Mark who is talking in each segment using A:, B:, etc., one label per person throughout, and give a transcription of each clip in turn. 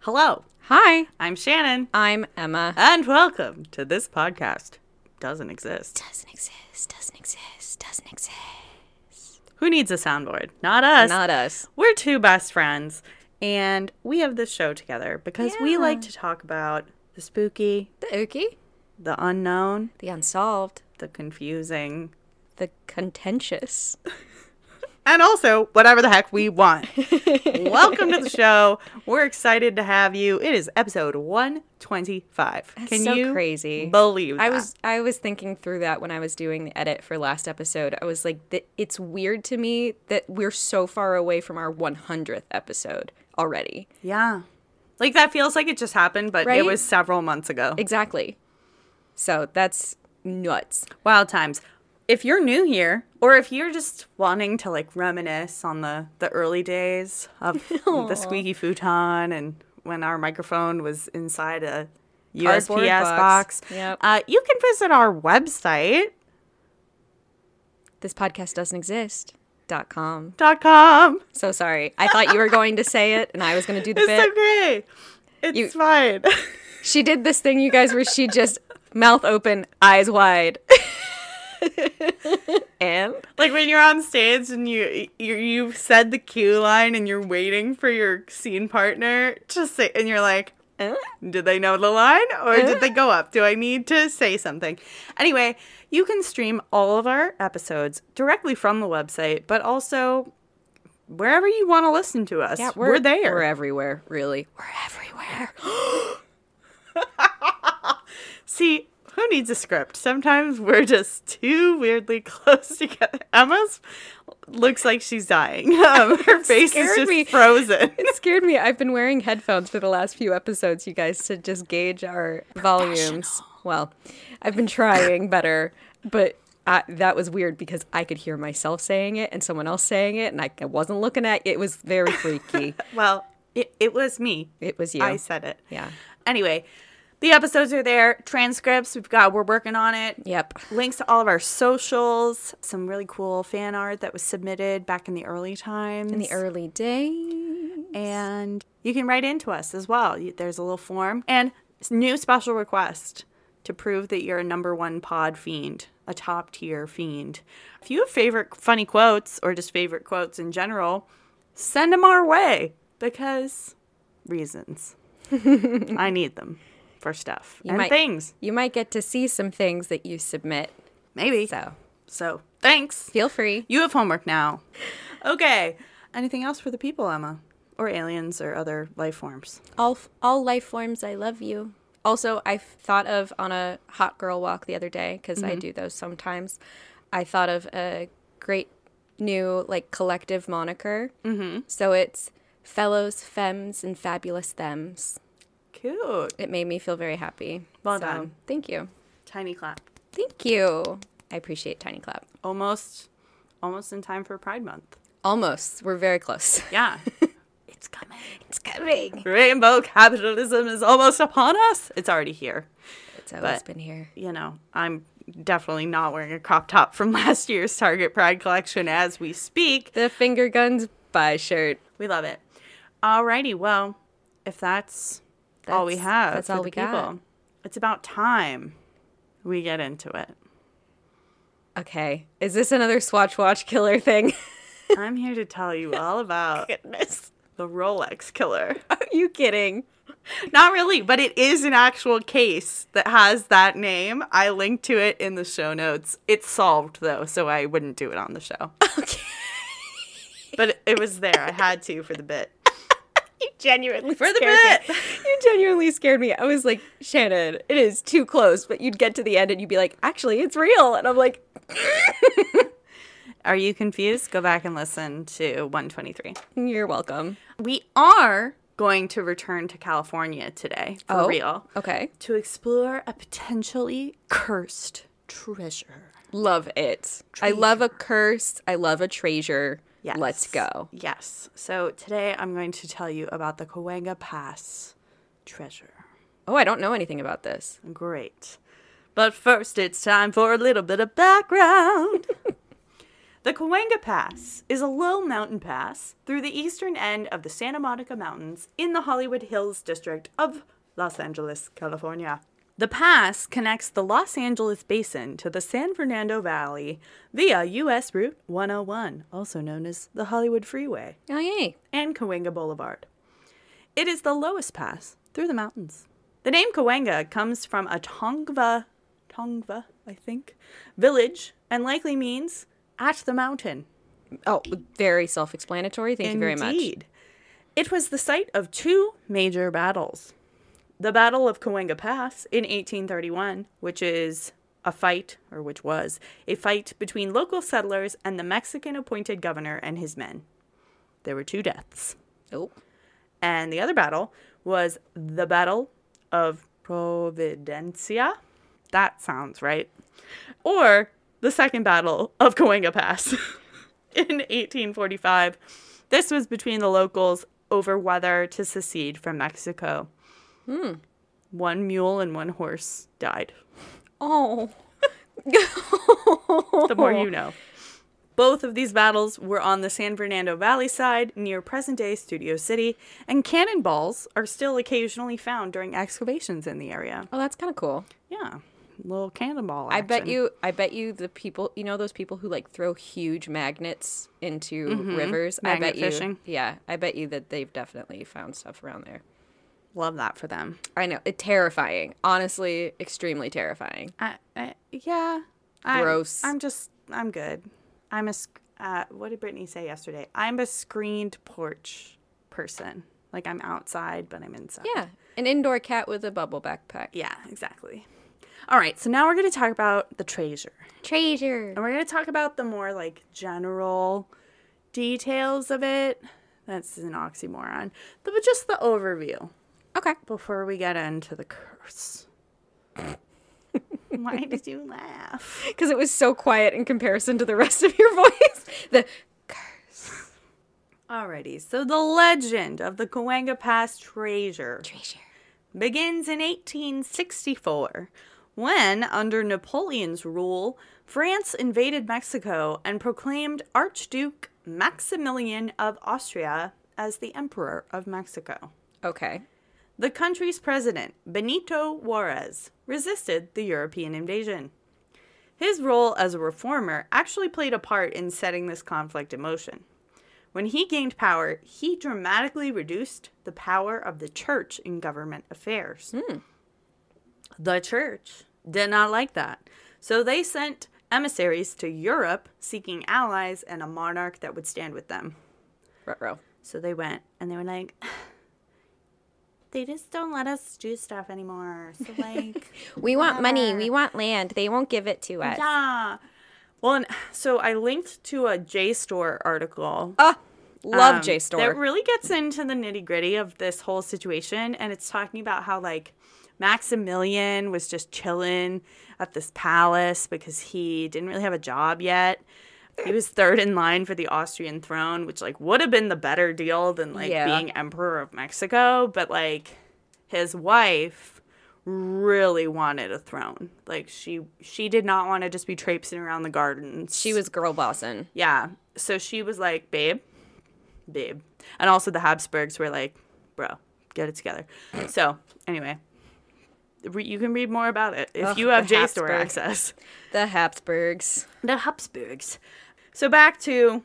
A: Hello,
B: Hi,
A: I'm Shannon,
B: I'm Emma.
A: and welcome to this podcast. Doesn't exist.
B: Doesn't exist, doesn't exist, doesn't exist.
A: Who needs a soundboard? Not us.
B: Not us.
A: We're two best friends, and we have this show together because we
B: Yeah.
A: like to talk about the spooky,
B: The ookie,
A: the unknown,
B: the unsolved,
A: the confusing,
B: the contentious.
A: and also whatever the heck we want. Welcome to the show. We're excited to have you. It is episode 125.
B: That's
A: Can
B: so
A: you
B: crazy.
A: believe
B: I
A: that?
B: was I was thinking through that when I was doing the edit for last episode. I was like, "Th- it's weird to me that we're so far away from our 100th episode already.
A: Yeah. Like that feels like it just happened, but it
B: Right?
A: was several months ago.
B: Exactly. So that's nuts.
A: Wild times. If you're new here, or if you're just wanting to like reminisce on the the early days of the squeaky futon and when our microphone was inside a
B: Cardboard
A: USPS box,
B: box. Yep.
A: uh, you can visit our website
B: This podcast doesn't exist. Dot com.
A: dot com.
B: So sorry. I thought you were going to say it, and I was going to do the
A: It's
B: bit.
A: okay. It's
B: You-
A: fine.
B: She did this thing, you guys, where she just mouth open, eyes wide. and
A: like when you're on stage and you, you you've said the cue line and you're waiting for your scene partner to say and you're like
B: uh,
A: did they know the line or did they go up do i need to say something anyway you can stream all of our episodes directly from the website but also wherever you want to listen to us we're, there
B: We're everywhere, really. We're everywhere.
A: see who needs a script sometimes we're just too weirdly close together emma's looks like she's dying um, her face is
B: scared
A: just
B: me.
A: frozen
B: it scared me. I've been wearing headphones for the last few episodes, you guys, to just gauge our volumes. Well, I've been trying better, but I, that was weird because I could hear myself saying it and someone else saying it, and I, I wasn't looking at it. was very freaky.
A: Well, it, it was me.
B: it was you.
A: I said it.
B: yeah.
A: Anyway, the episodes are there. Transcripts we've got. We're working on it.
B: Yep.
A: Links to all of our socials. Some really cool fan art that was submitted back in the early times.
B: In the early days.
A: and you can write into us as well. You- There's a little form and s- new special request to prove that you're a number one pod fiend, a top tier fiend. If you have favorite funny quotes or just favorite quotes in general, send them our way because reasons. I need them for stuff and
B: might-
A: things.
B: You might get to see some things that you submit.
A: Maybe. So.
B: So
A: thanks.
B: feel free.
A: You have homework now. Okay. Anything else for the people, Emma? Or aliens or other life forms?
B: All all life forms, I love you. Also, I thought of on a hot girl walk the other day because I do those sometimes. I thought of a great new like collective moniker. Mm-hmm. So it's fellows, femmes, and fabulous thems.
A: Cute.
B: It made me feel very happy.
A: Well done.
B: Thank you.
A: Tiny clap.
B: Thank you. I appreciate Tiny Clap.
A: Almost almost in time for Pride Month.
B: Almost. We're very close.
A: Yeah. it's coming.
B: It's coming.
A: Rainbow capitalism is almost upon us. It's already here.
B: It's always
A: But-
B: been here.
A: You know, I'm definitely not wearing a crop top from last year's Target Pride collection as we speak.
B: The finger guns by shirt.
A: We love it. Alrighty, well, if that's, all we
B: That's-
A: have
B: that's
A: for
B: all
A: the
B: we
A: people,
B: got.
A: it's about time we get into it.
B: Okay. Is this another Swatch Watch killer thing?
A: I'm here to tell you all about the Rolex killer.
B: Are you kidding?
A: Not really, but it is an actual case that has that name. I linked to it in the show notes. It's solved though, so I wouldn't do it on the show.
B: Okay.
A: But it was there. I had to for the bit.
B: You genuinely
A: For the
B: scared
A: bit.
B: me. You genuinely scared me. I was like, Shannon, it is too close, but you'd get to the end and you'd be like, actually, it's real. And I'm like,
A: Are you confused? Go back and listen to 123.
B: you're welcome.
A: We are going to return to California today for
B: Oh.
A: real
B: Okay.
A: to explore a potentially cursed treasure.
B: Love it. I love a curse. I love a treasure.
A: Yes.
B: Let's go.
A: Yes. So today I'm going to tell you about the Cahuenga Pass treasure.
B: Oh, I don't know anything about this.
A: Great. But first, it's time for a little bit of background. The Cahuenga Pass is a low mountain pass through the eastern end of the Santa Monica Mountains in the Hollywood Hills district of Los Angeles, California. The pass connects the Los Angeles Basin to the San Fernando Valley via U.S. Route 101, also known as the Hollywood Freeway,
B: Oh, yay.
A: and Cahuenga Boulevard. It is the lowest pass through the mountains. The name Cahuenga comes from a Tongva, Tongva, I think, village and likely means at the mountain.
B: Oh, very self explanatory. Thank you very much.
A: Indeed. It was the site of two major battles. The Battle of Cahuenga Pass in 1831, which is a fight, or which was, a fight between local settlers and the Mexican appointed governor and his men. There were two deaths.
B: Oh,
A: And the other battle was the Battle of Providencia. That sounds right. Or the Second Battle of Cahuenga Pass in 1845. This was between the locals over whether to secede from Mexico. One mule and one horse died.
B: oh.
A: The more you know. Both of these battles were on the San Fernando Valley side near present day Studio City, and cannonballs are still occasionally found during excavations in the area.
B: Oh, that's kind of cool.
A: Yeah, little cannonball.
B: I bet
A: action.
B: you. I bet you the people. You know those people who like throw huge magnets into rivers. I
A: Magnet
B: bet you.
A: fishing.
B: Yeah, I bet you that they've definitely found stuff around there.
A: love that for them.
B: I know. It, terrifying. Honestly, extremely terrifying.
A: I, I yeah. I-
B: Gross.
A: I'm just. I'm good. I'm a. sc- Uh, what did Brittany say yesterday? I'm a screened porch person. Like I'm outside, but I'm inside.
B: Yeah, an indoor cat with a bubble backpack.
A: Yeah, exactly. All right, so now we're going to talk about the treasure.
B: Treasure.
A: And we're going to talk about the more like general details of it. That's an oxymoron. The- But just the overview
B: Okay.
A: before we get into the curse. Why did you laugh?
B: Because it was so quiet in comparison to the rest of your voice. The
A: Alrighty, so the legend of the Cahuenga Pass treasure
B: treasure.
A: begins in 1864 when, under Napoleon's rule, France invaded Mexico and proclaimed Archduke Maximilian of Austria as the Emperor of Mexico.
B: Okay.
A: The country's president, Benito Juarez, resisted the European invasion. His role as a reformer actually played a part in setting this conflict in motion. When he gained power, he dramatically reduced the power of the church in government affairs. The church did not like that, so they sent emissaries to Europe seeking allies and a monarch that would stand with them.
B: Ruh-roh.
A: So they went and they were like, they just don't let us do stuff anymore. So, like,
B: We want money. We want land. They won't give it to us.
A: yeah. Well, and so I linked to a JSTOR article.
B: Ah, love
A: um,
B: JSTOR.
A: That really gets into the nitty gritty of this whole situation. And it's talking about how, like, Maximilian was just chilling at this palace because he didn't really have a job yet. He was third in line for the Austrian throne, which, like, would have been the better deal than, like,
B: Yeah.
A: being emperor of Mexico. But, like, his wife really wanted a throne. Like, she she did not want to just be traipsing around the gardens.
B: she was girl bossing.
A: Yeah. So she was like, babe, babe. And also the Habsburgs were like, bro, get it together. so anyway, re- you can read more about it if
B: Ugh,
A: you have
B: the
A: JSTOR
B: Habsburg.
A: access.
B: The Habsburgs.
A: The Habsburgs. So back to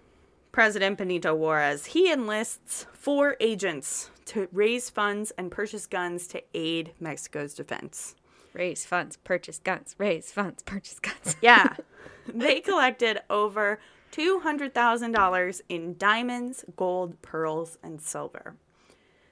A: President Benito Juarez. He enlists four agents to raise funds and purchase guns to aid Mexico's defense.
B: Raise funds, purchase guns, raise funds, purchase guns.
A: Yeah. they collected over $200,000 in diamonds, gold, pearls, and silver.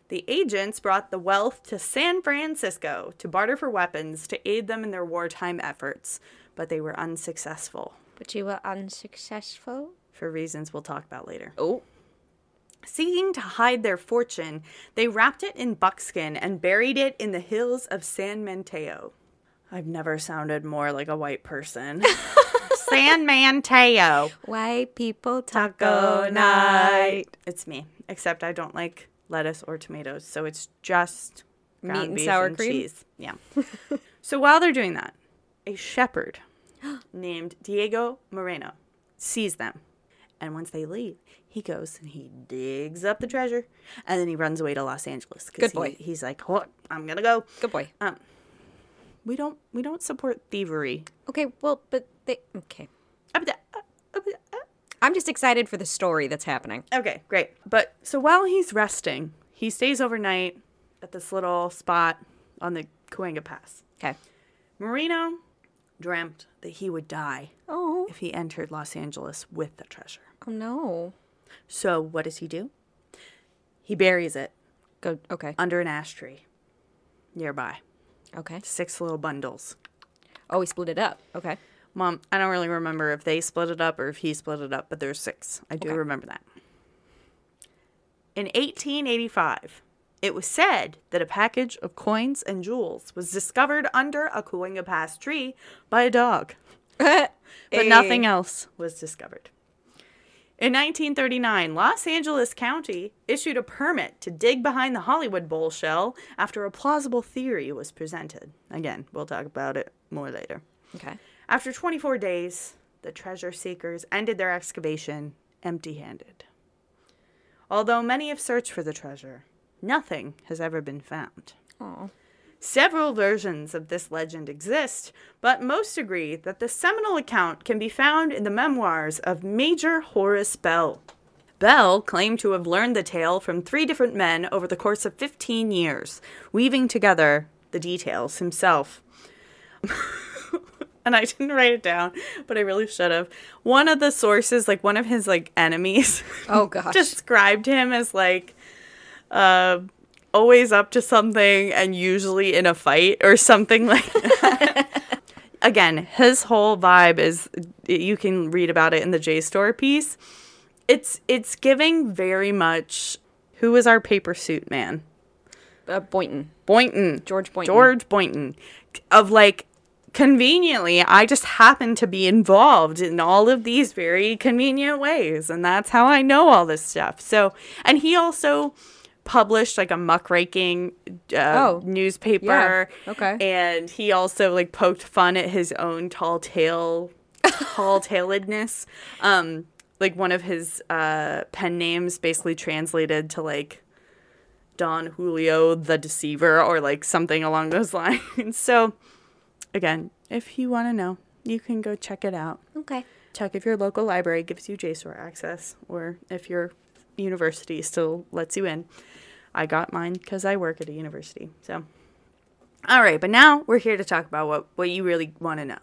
A: The agents brought the wealth to San Francisco to barter for weapons to aid them in their wartime efforts, but they were unsuccessful
B: But you were unsuccessful.
A: for reasons we'll talk about later.
B: Oh,
A: Seeking to hide their fortune, they wrapped it in buckskin and buried it in the hills of San Mateo. I've never sounded more like a white person. San Mateo.
B: why people
A: Taco night. It's me, except I don't like lettuce or tomatoes, so it's just ground
B: and
A: beef
B: sour cream?
A: cheese. Yeah. so while they're doing that, a shepherd named Diego Moreno sees them And once they leave, he goes and he digs up the treasure, and then he runs away to Los Angeles. 'cause
B: Good
A: he-
B: boy.
A: he's like, "What? I'm gonna go."
B: Good boy.
A: We don't we don't support thievery.
B: Okay, well, but they. Okay.
A: Up the- up- up the- up.
B: I'm just excited for the story that's happening.
A: Okay, great. But so while he's resting, he stays overnight at this little spot on the Coenga Pass.
B: Okay.
A: Marino dreamt that he would die
B: Oh.
A: if he entered Los Angeles with the treasure.
B: Oh, no.
A: So what does he do? He buries it
B: Good. Okay.
A: under an ash tree nearby.
B: Okay.
A: Six little bundles.
B: Oh, we split it up. Okay.
A: Mom, I don't really remember if they split it up or if he split it up, but there's six. I do
B: Okay.
A: remember that. In 1885, it was said that a package of coins and jewels was discovered under a Coenga Pass tree by a dog,
B: but
A: but
B: Eh.
A: nothing else was discovered. In 1939, Los Angeles County issued a permit to dig behind the Hollywood Bowl shell after a plausible theory was presented. Again, we'll talk about it more later.
B: Okay.
A: After 24 days, the treasure seekers ended their excavation empty handed. Although many have searched for the treasure, nothing has ever been found.
B: Oh.
A: Several versions of this legend exist, but most agree that the seminal account can be found in the memoirs of Major Horace Bell. Bell claimed to have learned the tale from three different men over the course of 15 years, weaving together the details himself. and I didn't write it down, but I really should have. One of the sources, like one of his like enemies,
B: Oh, gosh.
A: described him as like uh, always up to something and usually in a fight or something like that. Again, his whole vibe is you can read about it in the JSTOR piece. It's it's giving very much who is our paper suit man?
B: uh, Boynton.
A: Boynton.
B: George Boynton.
A: George Boynton. Of like conveniently, I just happen to be involved in all of these very convenient ways. And that's how I know all this stuff. So, and he also published like a muckraking uh,
B: Oh,
A: newspaper.
B: yeah, okay.
A: And he also like poked fun at his own tall tale, tall tailedness. Um, like one of his uh, pen names basically translated to like Don Julio the Deceiver or like something along those lines. So, again, if you want to know, you can go check it out.
B: Okay.
A: Check if your local library gives you JSTOR access or if your university still lets you in. I got mine because I work at a university. So, all right, but now we're here to talk about what, what you really want to know,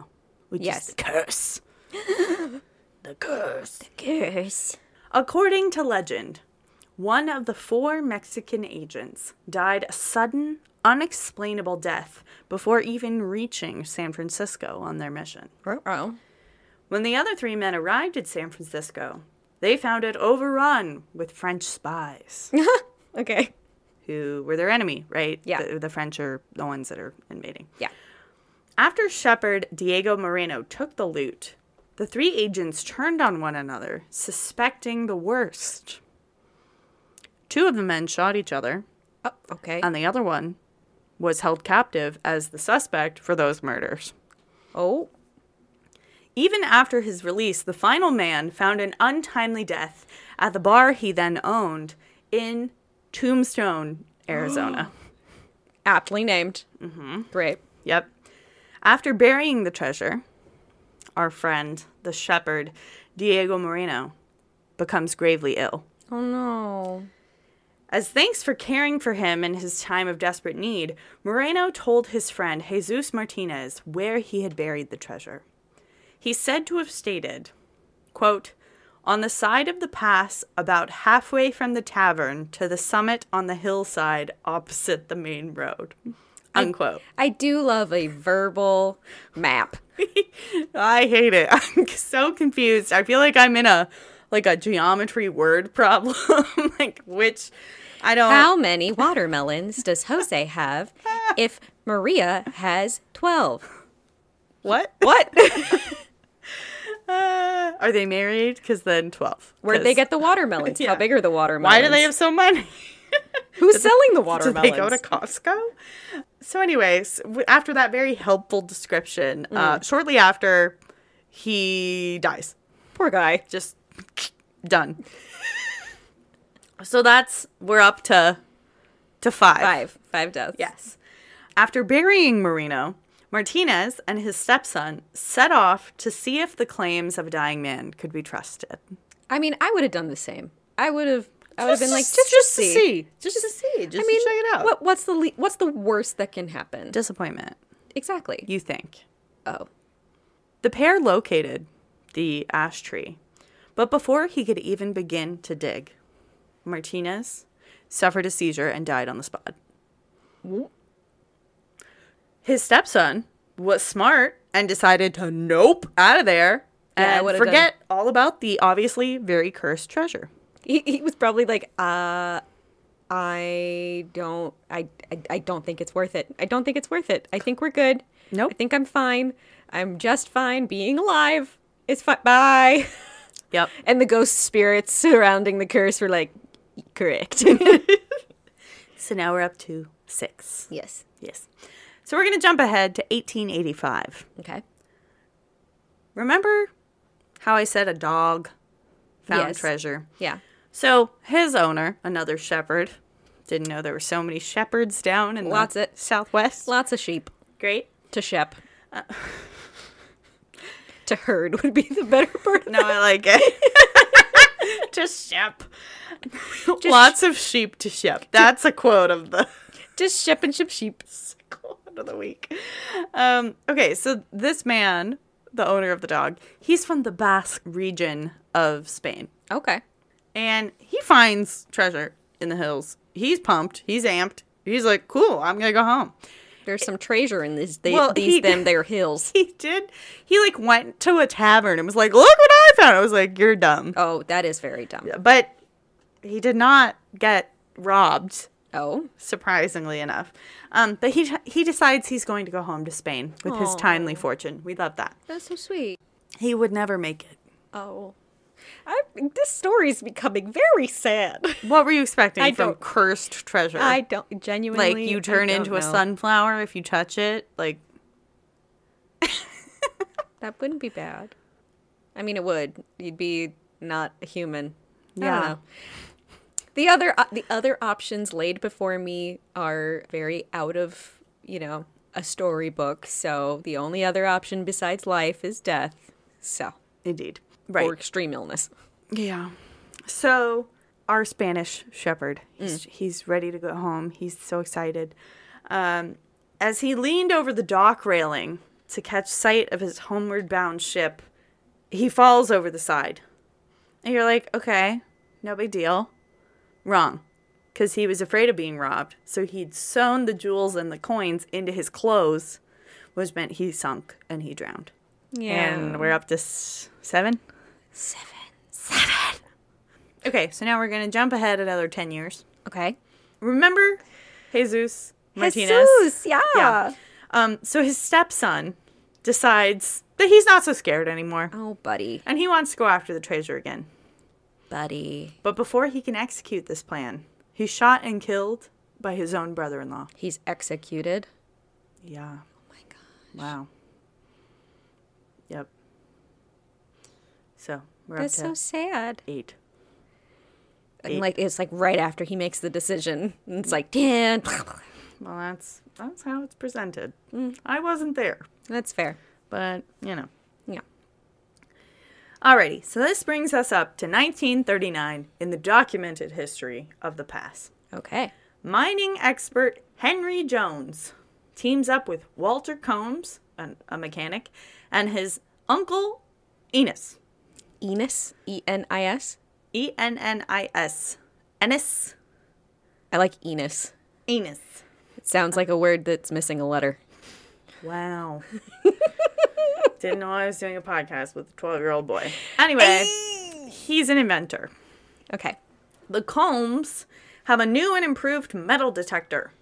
A: which
B: Yes.
A: is the curse. the curse.
B: Curse.
A: According to legend, one of the four Mexican agents died a sudden, unexplainable death before even reaching San Francisco on their mission.
B: Oh.
A: When the other three men arrived at San Francisco, they found it overrun with French spies,
B: Okay.
A: who were their enemy, right?
B: Yeah.
A: The, the French are the ones that are invading.
B: Yeah.
A: After Shepard Diego Moreno took the loot, the three agents turned on one another, suspecting the worst. Two of the men shot each other,
B: Oh, okay.
A: and the other one was held captive as the suspect for those murders.
B: oh.
A: Even after his release, the final man found an untimely death at the bar he then owned in Tombstone, Arizona.
B: Aptly named. Mm-hmm. Great.
A: Yep. After burying the treasure, our friend, the shepherd, Diego Moreno, becomes gravely ill.
B: Oh, no.
A: As thanks for caring for him in his time of desperate need, Moreno told his friend Jesus Martinez where he had buried the treasure. He's said to have stated, quote, on the side of the pass, about halfway from the tavern to the summit on the hillside opposite the main road. Unquote.
B: I do love a verbal map.
A: I hate it. I'm so confused. I feel like I'm in a like a geometry word problem. like which I don't
B: How many watermelons does Jose have if Maria has 12?
A: what?
B: What?
A: Uh, are they married? Because then twelve.
B: Where'd they
A: 'Cause
B: get the watermelons?
A: Yeah.
B: How big are the watermelons?
A: Why do they have so many?
B: Who's selling the
A: Did
B: watermelons?
A: they go to Costco? So, anyways, w- after that very helpful
B: Mm.
A: description, uh, shortly after he dies,
B: Poor guy.
A: just Done. so that's we're up to to five.
B: Five. Five deaths.
A: Yes. After burying Marino, Martinez and his stepson set off to see if the claims of a dying man could be trusted.
B: I mean, I would have done the same. I would have. I would have been like, just, just,
A: to
B: see.
A: Just, to see. Just
B: I
A: to
B: mean,
A: check it out.
B: What, what's the le- what's the worst that can happen?
A: Disappointment,
B: exactly.
A: you think.
B: oh,
A: The pair located the ash tree, but before he could even begin to dig, Martinez suffered a seizure and died on the spot. His stepson was smart and decided to nope out of there
B: Yeah, I
A: and
B: would've
A: forget all about the obviously very cursed treasure.
B: he, he was probably like, uh, I don't, I, I, I don't think it's worth it. I don't think it's worth it. I think we're good.
A: Nope.
B: I think I'm fine. I'm just fine. Being alive is fine. Bye.
A: Yep.
B: And the ghost spirits surrounding the curse were like, correct.
A: So now we're up to six.
B: yes.
A: Yes. So we're going to jump ahead to 1885.
B: Okay.
A: Remember how I said a dog found
B: Yes.
A: treasure?
B: Yeah.
A: So his owner, another shepherd, didn't know there were so many shepherds down in
B: Lots
A: the
B: of-
A: southwest.
B: Lots of sheep
A: Great.
B: to shep. to herd would be the better part.
A: No, I like it. to shep. Lots of sheep to shep. That's a quote of the
B: Just shep and ship sheep.
A: quote of the week. Um, okay, so this man, the owner of the dog, he's from the Basque region of Spain.
B: Okay.
A: and he finds treasure in the hills. He's pumped. He's amped. He's like, cool, I'm going to go home.
B: There's some treasure in these, they,
A: Well,
B: these
A: he-
B: them their hills.
A: He did. He like went to a tavern and was like, look what I found. I was like, you're dumb.
B: Oh, that is very dumb.
A: But he did not get robbed,
B: Oh,
A: surprisingly enough. Um, but he, he decides he's going to go home to Spain with his
B: Aw.
A: timely fortune. We love that.
B: that's so sweet.
A: He would never make it.
B: Oh, I, this story's becoming very sad.
A: What were you expecting
B: I
A: from
B: don't-
A: cursed treasure?
B: I don't genuinely
A: like
B: I
A: you turn
B: don't
A: into a
B: know.
A: sunflower if you touch it. Like
B: That wouldn't be bad. I mean, it would. You'd be not a human. I
A: Yeah.
B: don't know. The other o- the other options laid before me are very out of you know a storybook. So the only other option besides life is death. So
A: indeed, right?
B: or extreme illness.
A: Yeah. So our Spanish shepherd, he's, he's ready to go home. He's so excited. Um, as he leaned over the dock railing to catch sight of his homeward bound ship, he falls over the side. And you're like, okay, no big deal. Wrong. Because he was afraid of being robbed. So he'd sewn the jewels and the coins into his clothes, which meant he sunk and he drowned.
B: Yeah.
A: And we're up to s- seven?
B: Seven.
A: Okay, so now we're going to jump ahead another 10 years.
B: Okay.
A: Remember Jesus Martinez?
B: Jesus, yeah.
A: Yeah. Um, so his stepson decides that he's not so scared anymore
B: Oh, buddy,
A: and he wants to go after the treasure again.
B: buddy,
A: But before he can execute this plan, he's shot and killed by his own brother in law.
B: he's executed.
A: Yeah.
B: Oh my god.
A: Wow. Yep. So we're
B: That's
A: up
B: so
A: to
B: sad.
A: eight.
B: And like it's like right after he makes the decision. And it's like, Dan
A: Well, that's that's how it's presented. Mm, I wasn't there,
B: That's fair.
A: but you know.
B: Yeah.
A: Alrighty, so this brings us up to 1939 in the documented history of the pass.
B: Okay.
A: Mining expert Henry Jones teams up with Walter Combs, an, a mechanic, and his uncle Enos,
B: Enis. E N I S.
A: E N N I S, Ennis,
B: I like Enis.
A: Enos.
B: It sounds like a word that's missing a letter.
A: Wow. Didn't know I was doing a podcast with a 12 year old boy. Anyway, he's an inventor.
B: Okay.
A: The Combs have a new and improved metal detector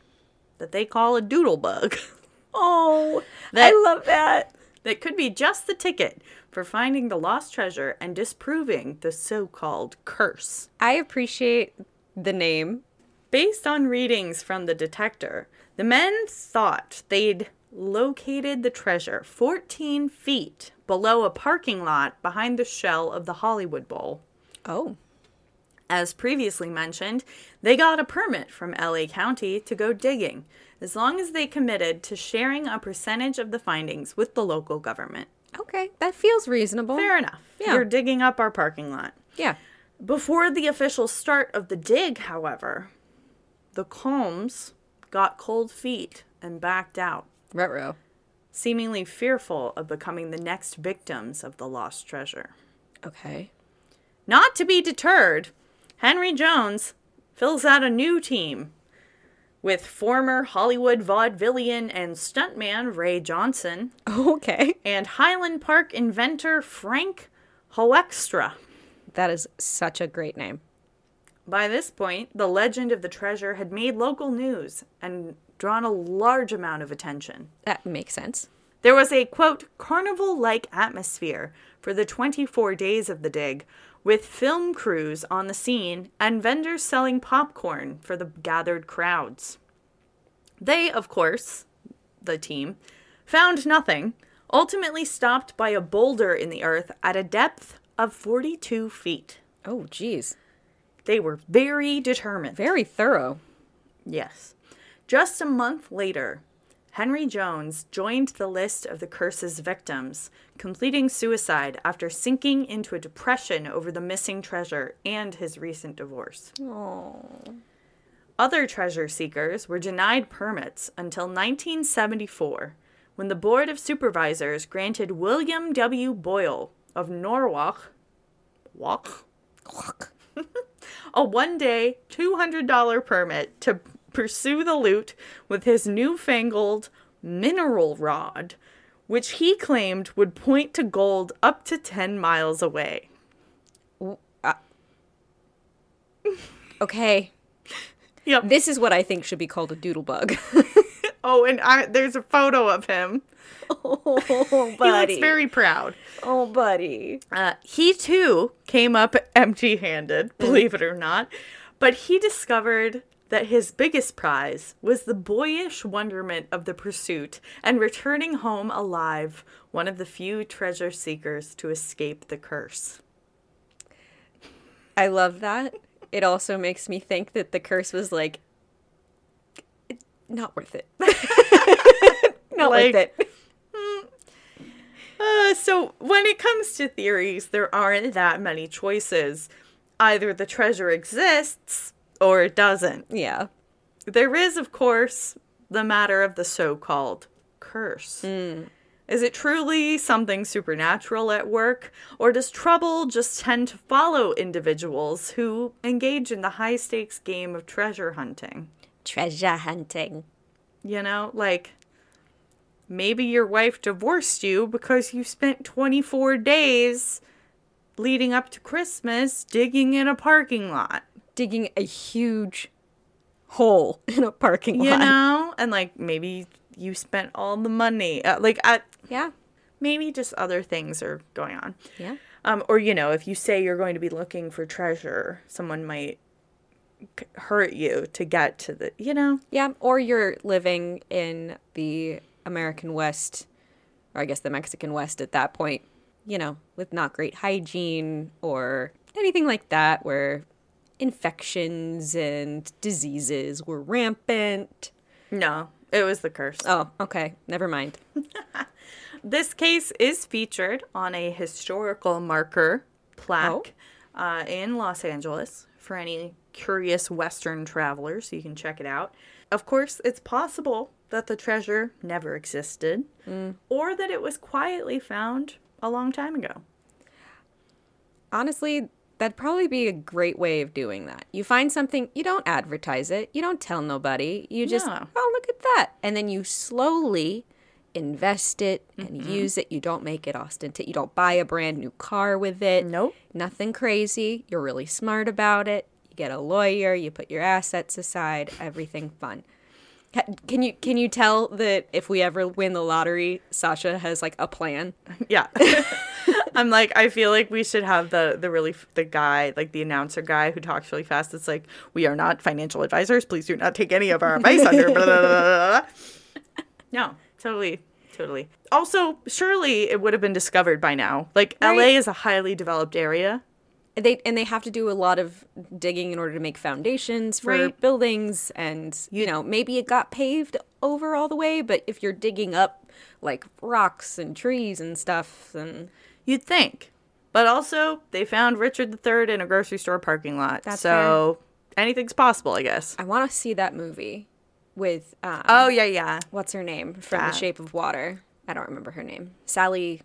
A: that they call a doodle bug
B: Oh
A: That-
B: I love that.
A: that could be just the ticket for finding the lost treasure and disproving the so called curse.
B: I appreciate the name.
A: Based on readings from the detector, the men thought they'd located the treasure 14 feet below a parking lot behind the shell of the Hollywood Bowl.
B: Oh.
A: As previously mentioned, they got a permit from LA County to go digging, as long as they committed to sharing a percentage of the findings with the local government.
B: Okay. That feels reasonable.
A: Fair enough.
B: Yeah.
A: You're digging up our parking lot.
B: Yeah.
A: Before the official start of the dig, however, the Combs got cold feet and backed out,
B: Retro.
A: seemingly fearful of becoming the next victims of the lost treasure.
B: Okay.
A: Not to be deterred, Henry Jones fills out a new team with former Hollywood vaudevillian and stuntman Ray Johnson
B: Okay.
A: and Highland Park inventor Frank Hoextra.
B: That is such a great name.
A: By this point, the legend of the treasure had made local news and drawn a large amount of attention.
B: That makes sense.
A: There was a quote carnival like atmosphere for the 24 days of the dig, with film crews on the scene and vendors selling popcorn for the gathered crowds. They, of course, the team, found nothing, ultimately stopped by a boulder in the earth at a depth of 42 feet.
B: Oh, geez.
A: They were very determined.
B: Very thorough.
A: Yes. Just a month later, Henry Jones joined the list of the curse's victims, completing suicide after sinking into a depression over the missing treasure and his recent divorce.
B: Oh.
A: Other treasure seekers were denied permits until 1974, when the Board of Supervisors granted William W. Boyle of Norwalk walk, a one day, $200 permit to pursue the loot with his newfangled mineral rod, which he claimed would point to gold up to 10 miles away.
B: Okay.
A: Yep.
B: This is what I think should be called a doodle bug.
A: oh, and I, there's a photo of him.
B: oh,
A: He looks very proud.
B: oh, buddy.
A: Uh, he too came up empty handed, believe it or not, but he discovered that his biggest prize was the boyish wonderment of the pursuit and returning home alive, one of the few treasure seekers to escape the curse.
B: I love that. It also makes me think that the curse was like not worth it. not
A: Like-
B: worth it.
A: Uh, so, when it comes to theories, there aren't that many choices. Either the treasure exists or it doesn't.
B: Yeah.
A: There is, of course, the matter of the so called curse. Is it truly something supernatural at work, or does trouble just tend to follow individuals who engage in the high stakes game of treasure hunting?
B: Treasure hunting.
A: You know, like maybe your wife divorced you because you spent 24 days leading up to Christmas digging in a parking lot.
B: Digging a huge hole in a parking lot.
A: you know and like maybe you spent all the money uh, like at
B: Yeah.
A: maybe just other things are going on
B: Yeah.
A: um or you know if you say you're going to be looking for treasure someone might c- hurt you to get to the you know
B: Yeah. Or you're living in the American West, or I guess the Mexican West at that point, you know, with not great hygiene or anything like that, where infections and diseases were rampant.
A: no it was the curse
B: Oh, okay. Never mind.
A: this case is featured on a historical marker plaque uh, in Los Angeles for any curious Western travelers. You can check it out. Of course, it's possible that the treasure never existed or that it was quietly found a long time ago.
B: Honestly, that'd probably be a great way of doing that. You find something, you don't advertise it, you don't tell nobody. You just,
A: No.
B: oh, look at that. And then you slowly invest it and
A: Mm-hmm.
B: use it. You don't make it ostentatious. You don't buy a brand new car with it.
A: Nope.
B: Nothing crazy. You're really smart about it. You get a lawyer, you put your assets aside, everything fun. Ha- Can you can you tell that if we ever win the lottery, Sasha has like a plan?
A: Yeah. I'm like, I feel like we should have the the really f- the guy like the announcer guy who talks really fast. It's like we are not financial advisors. Please do not take any of our advice under. Blah, blah, blah, blah, blah. No, totally, totally. Also, surely it would have been discovered by now. Like
B: Right.
A: L.A. is a highly developed area.
B: they and they have to do a lot of digging in order to make foundations for
A: Right.
B: buildings and you know maybe it got paved over all the way but if you're digging up like rocks and trees and stuff then
A: You'd think. But also, they found Richard III in a grocery store parking lot. so anything's possible, I guess.
B: I want to see that movie with um,
A: Oh, yeah, yeah.
B: what's her name from
A: That.
B: The Shape of Water. I don't remember her name. Sally.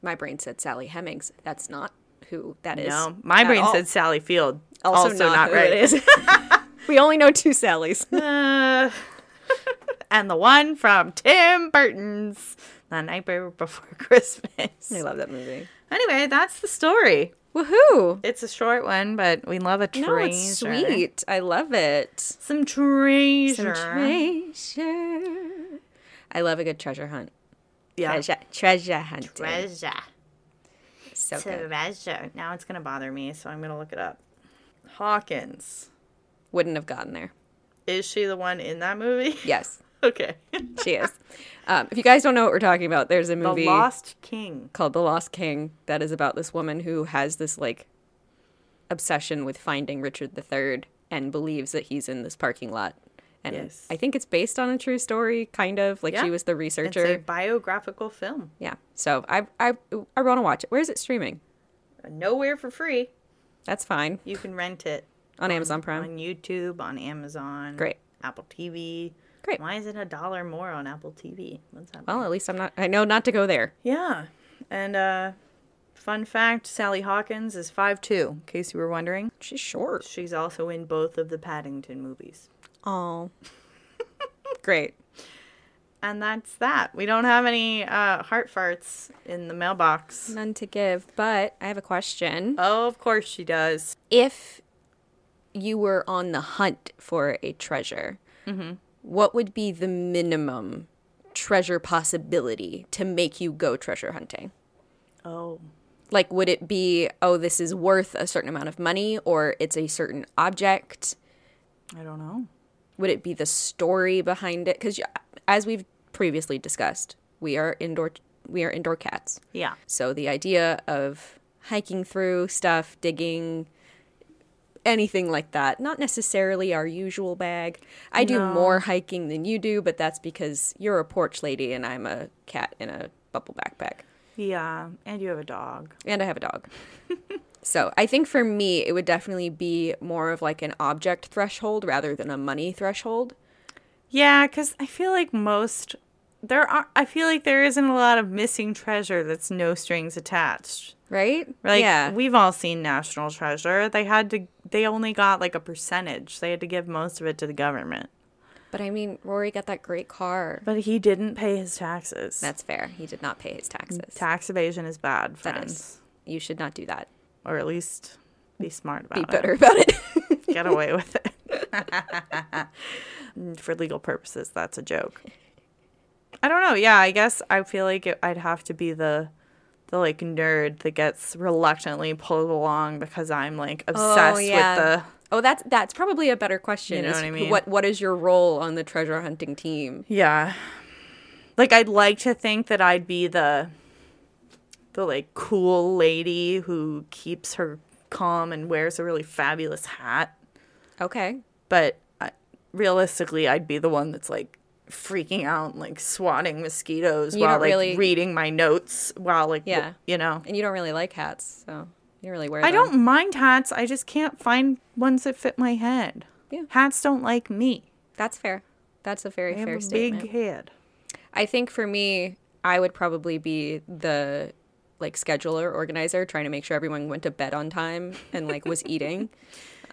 B: My brain said Sally Hemings. That's not who that is.
A: No, my
B: at
A: brain
B: all.
A: said Sally Field.
B: also, not, who
A: right.
B: It is. we only know two Sallys.
A: Uh, and the one from Tim Burton's The Night Before Christmas.
B: I love that movie.
A: Anyway, that's the story.
B: Woohoo!
A: It's a short one, but we love a treasure.
B: No, it's sweet. I love it.
A: Some treasure.
B: Some treasure. I love a good treasure hunt.
A: yeah.
B: Treasure, treasure hunting.
A: Treasure.
B: so good.
A: Treasure. Now it's going to bother me, so I'm going to look it up. Hawkins.
B: Wouldn't have gotten there.
A: Is she the one in that movie?
B: Yes,
A: Okay.
B: she is. Um, if you guys don't know what we're talking about, there's a
A: the
B: movie.
A: Lost King.
B: called The Lost King that is about this woman who has this like obsession with finding Richard III and believes that he's in this parking lot. And
A: Yes.
B: I think it's based on a true story, kind of. Like
A: Yeah.
B: she was the
A: It's a
B: researcher.
A: biographical film.
B: Yeah. So I I I want to watch it. Where is it streaming?
A: Nowhere for free.
B: That's fine
A: You can rent it.
B: on Amazon Prime.
A: on YouTube, on Amazon.
B: Great.
A: Apple TV.
B: Great.
A: Why is it a dollar more on Apple TV? What's that?
B: Well, at least I'm not. I know not to go there.
A: yeah. And uh fun fact, Sally Hawkins is 5'2", in case you were wondering.
B: She's short.
A: She's also in both of the Paddington movies.
B: Oh. Great.
A: And that's that. We don't have any uh, heart farts in the mailbox.
B: None to give, but I have a question.
A: Oh, of course she does.
B: if you were on the hunt for a treasure, what would be the minimum treasure possibility to make you go treasure hunting?
A: Oh.
B: Like, would it be, oh, this is worth a certain amount of money or it's a certain object?
A: I don't know.
B: Would it be the story behind it? Because as we've previously discussed, we are indoor. We are indoor cats.
A: Yeah.
B: So the idea of hiking through stuff, digging, anything like that, not necessarily our usual bag. I do more hiking than you do, but that's because you're a porch lady and I'm a cat in a bubble backpack.
A: Yeah. And you have a dog.
B: And I have a dog. so I think for me, it would definitely be more of like an object threshold rather than a money threshold.
A: Yeah, because I feel like most there are. I feel like there isn't a lot of missing treasure that's no strings attached.
B: Right?
A: Like
B: yeah.
A: we've all seen National Treasure. They had to. They only got like a percentage. They had to give most of it to the government.
B: but I mean, Rory got that great car.
A: But he didn't pay his taxes.
B: That's fair. He did not pay his taxes.
A: Tax evasion is bad, friends.
B: you should not do that.
A: Or at least be smart about
B: Be
A: it.
B: better about it.
A: Get away with it. For legal purposes, that's a joke. I don't know. Yeah, I guess I feel like it, I'd have to be the the like nerd that gets reluctantly pulled along because I'm like obsessed with the
B: Oh, that's that's probably a better question.
A: You know
B: is
A: what I
B: wh-
A: mean?
B: What what is your role on the treasure hunting team?
A: Yeah. Like I'd like to think that I'd be the the like cool lady who keeps her calm and wears a really fabulous hat,
B: Okay.
A: but I, realistically I'd be the one that's like freaking out and like swatting mosquitoes
B: You
A: while
B: don't
A: like
B: really-
A: reading my notes while like w-
B: Yeah.
A: you know.
B: And you don't really like hats, so you don't really wear
A: I
B: them.
A: don't mind hats, I just can't find ones that fit my head.
B: Yeah.
A: Hats don't like me.
B: That's fair. That's a very
A: I have
B: fair
A: a
B: statement.
A: big head.
B: I think for me, I would probably be the like scheduler organizer trying to make sure everyone went to bed on time and like was eating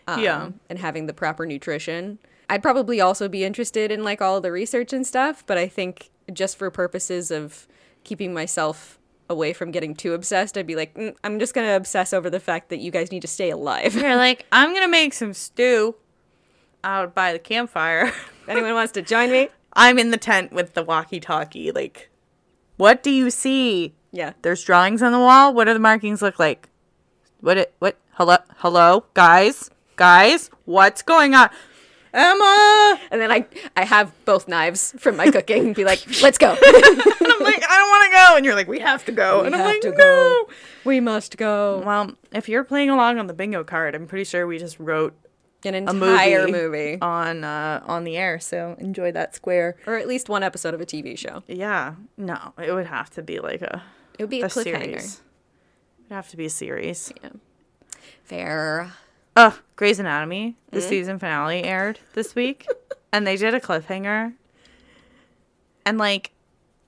B: um,
A: Yeah.
B: and having the proper nutrition i'd probably also be interested in like all the research and stuff but i think just for purposes of keeping myself away from getting too obsessed i'd be like "Mm, i'm just gonna obsess over the fact that you guys need to stay alive
A: They're like, I'm gonna make some stew out by the campfire.
B: if anyone wants to join me
A: I'm in the tent with the walkie talkie. Like, what do you see?
B: yeah
A: There's drawings on the wall. What do the markings look like? What? It, what? Hello? Hello? Guys? Guys? What's going on? Emma.
B: And then I I have both knives from my cooking and be like, let's go.
A: And I'm like, I don't want to go. And you're like, we have to go. and I'm like, no.
B: We must go.
A: Well, if you're playing along on the bingo card, I'm pretty sure we just wrote
B: An
A: a movie,
B: entire movie.
A: on uh, on the air. So enjoy that square.
B: Or at least one episode of a TV show.
A: Yeah. No, it would have to be like a
B: It would be a,
A: a
B: cliffhanger.
A: series. It'd have to be a series.
B: Fair.
A: Ugh, Grey's Anatomy, the
B: Mm-hmm.
A: season finale aired this week, and they did a cliffhanger. And like,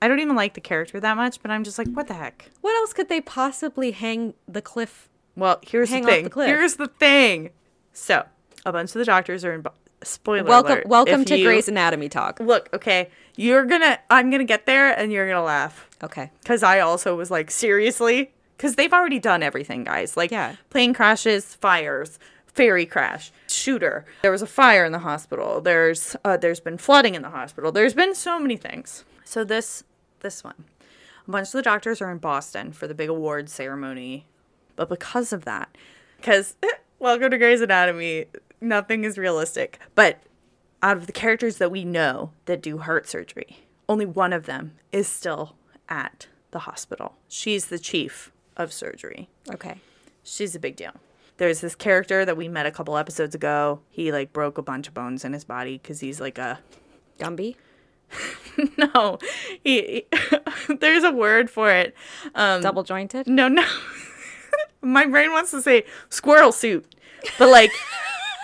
A: I don't even like the character that much, but I'm just like, what the heck?
B: What else could they possibly hang the cliff?
A: Well, here's
B: Hang
A: the
B: off
A: thing.
B: the cliff.
A: Here's the thing. So, a bunch of the doctors are in. Bo- spoiler
B: Welcome,
A: alert,
B: welcome
A: if
B: to
A: you-
B: Grey's Anatomy talk.
A: Look, okay, you're gonna. I'm gonna get there, and you're gonna laugh.
B: Okay.
A: because I also was like, seriously? Because they've already done everything, guys. Like
B: Yeah.
A: plane crashes, fires, ferry crash, shooter. There was a fire in the hospital. There's uh, there's been flooding in the hospital. There's been so many things. So this this one, a bunch of the doctors are in Boston for the big awards ceremony, but because of that, because welcome to Grey's Anatomy, nothing is realistic. But out of the characters that we know that do heart surgery, only one of them is still at the hospital. She's the chief of surgery.
B: Okay.
A: She's a big deal. There's this character that we met a couple episodes ago. He like broke a bunch of bones in his body because he's like a
B: Gumby?
A: no. He, he- there's a word for it. Um,
B: Double jointed?
A: no, no. My brain wants to say squirrel suit, but like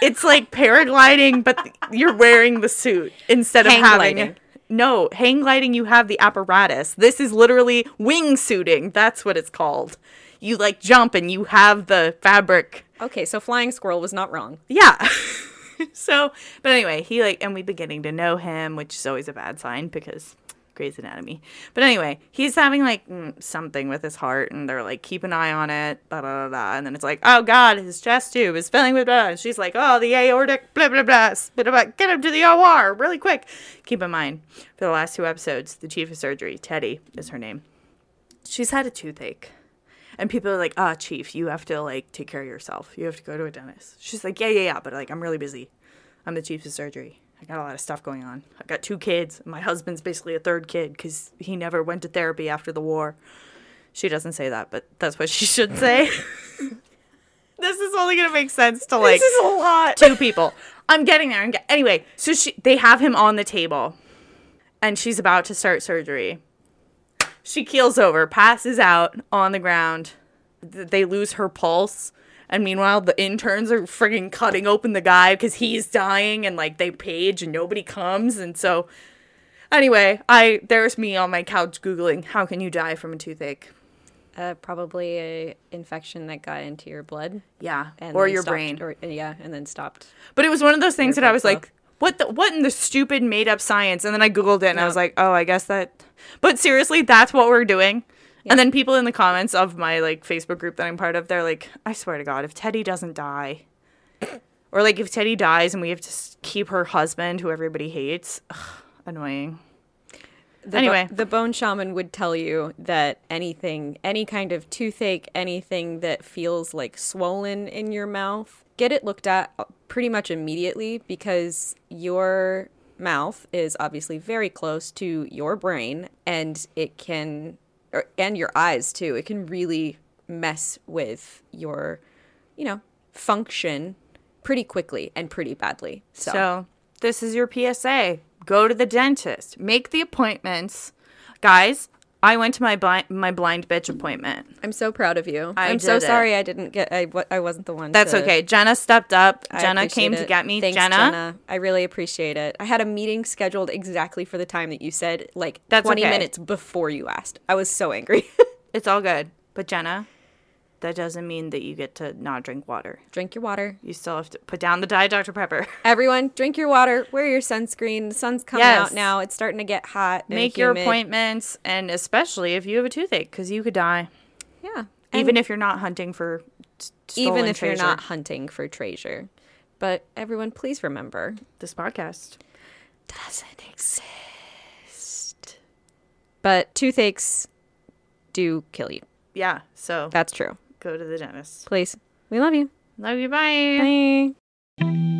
A: it's like paragliding, but th- you're wearing the suit instead
B: Hang
A: of having.
B: gliding.
A: No, hang gliding. You have the apparatus. This is literally wingsuiting. That's what it's called. You like jump and you have the fabric
B: Okay, so Flying Squirrel was not wrong.
A: yeah so but anyway he like and we've been getting to know him which is always a bad sign because Grey's Anatomy but anyway he's having like mm, something with his heart and they're like keep an eye on it da da da da and then it's like oh god his chest tube is filling with blood and she's like oh the aortic blah blah blah spit about get him to the OR really quick keep in mind for the last two episodes the chief of surgery Teddy is her name she's had a toothache and people are like, ah, chief, you have to like take care of yourself. You have to go to a dentist. She's like, yeah, yeah, yeah, but like I'm really busy. I'm the chief of surgery. I got a lot of stuff going on. I got two kids. My husband's basically a third kid because he never went to therapy after the war. She doesn't say that, but that's what she should say. this is only gonna make sense to like
B: a lot.
A: two people. I'm getting there. I'm get- anyway. So she, they have him on the table, and she's about to start surgery. She keels over, passes out on the ground. Th- They lose her pulse. And meanwhile, the interns are friggin' cutting open the guy because he's dying, and like they page, and nobody comes, and so. Anyway, I there's me on my couch googling how can you die from a toothache?
B: Uh, probably a infection that got into your blood.
A: Yeah,
B: And
A: or
B: then
A: your
B: stopped-
A: brain.
B: Or, yeah, and then stopped.
A: But it was one of those things that I
B: blood
A: was
B: flow.
A: like, what the what in the stupid made up science? And then I googled it and I was like, oh, I guess that. But seriously, that's what we're doing. And then people in the comments of my like Facebook group that I'm part of, they're like, I swear to God, if Teddy doesn't die, or like if Teddy dies and we have to s- keep her husband, who everybody hates, ugh, annoying.
B: The bo-
A: Anyway.
B: the bone shaman would tell you that anything, any kind of toothache, anything that feels like swollen in your mouth, get it looked at pretty much immediately because your mouth is obviously very close to your brain and it can, or, and your eyes too. It can really mess with your, you know, function pretty quickly and pretty badly. So,
A: So, this is your PSA. Go to the dentist. Make the appointments. Guys, I went to my blind, my blind bitch appointment.
B: I'm so proud of you.
A: I
B: am so
A: did it.
B: sorry I didn't get, I, wa- I wasn't the one.
A: That's
B: to-
A: okay. Jenna stepped up.
B: I
A: Jenna
B: appreciate
A: came to
B: it.
A: get me.
B: Thanks,
A: Jenna,
B: I really appreciate it. I had a meeting scheduled exactly for the time that you said, like
A: That's
B: 20
A: okay.
B: minutes before you asked. I was so angry.
A: it's all good. But Jenna, that doesn't mean that you get to not drink water.
B: drink your water.
A: You still have to put down the Diet Dr Pepper.
B: Everyone, drink your water. Wear your sunscreen. The sun's coming
A: Yes.
B: out now. It's starting to get hot. and
A: Make your
B: humid.
A: appointments, and especially if you have a toothache, because you could die.
B: Yeah.
A: even if you're not hunting for s- stolen
B: even if
A: treasure.
B: you're not hunting for treasure. But everyone, please remember
A: this podcast.
B: doesn't exist. But toothaches do kill you.
A: Yeah. So
B: That's true.
A: go to the dentist.
B: Please. We love you.
A: Love you.
B: Bye.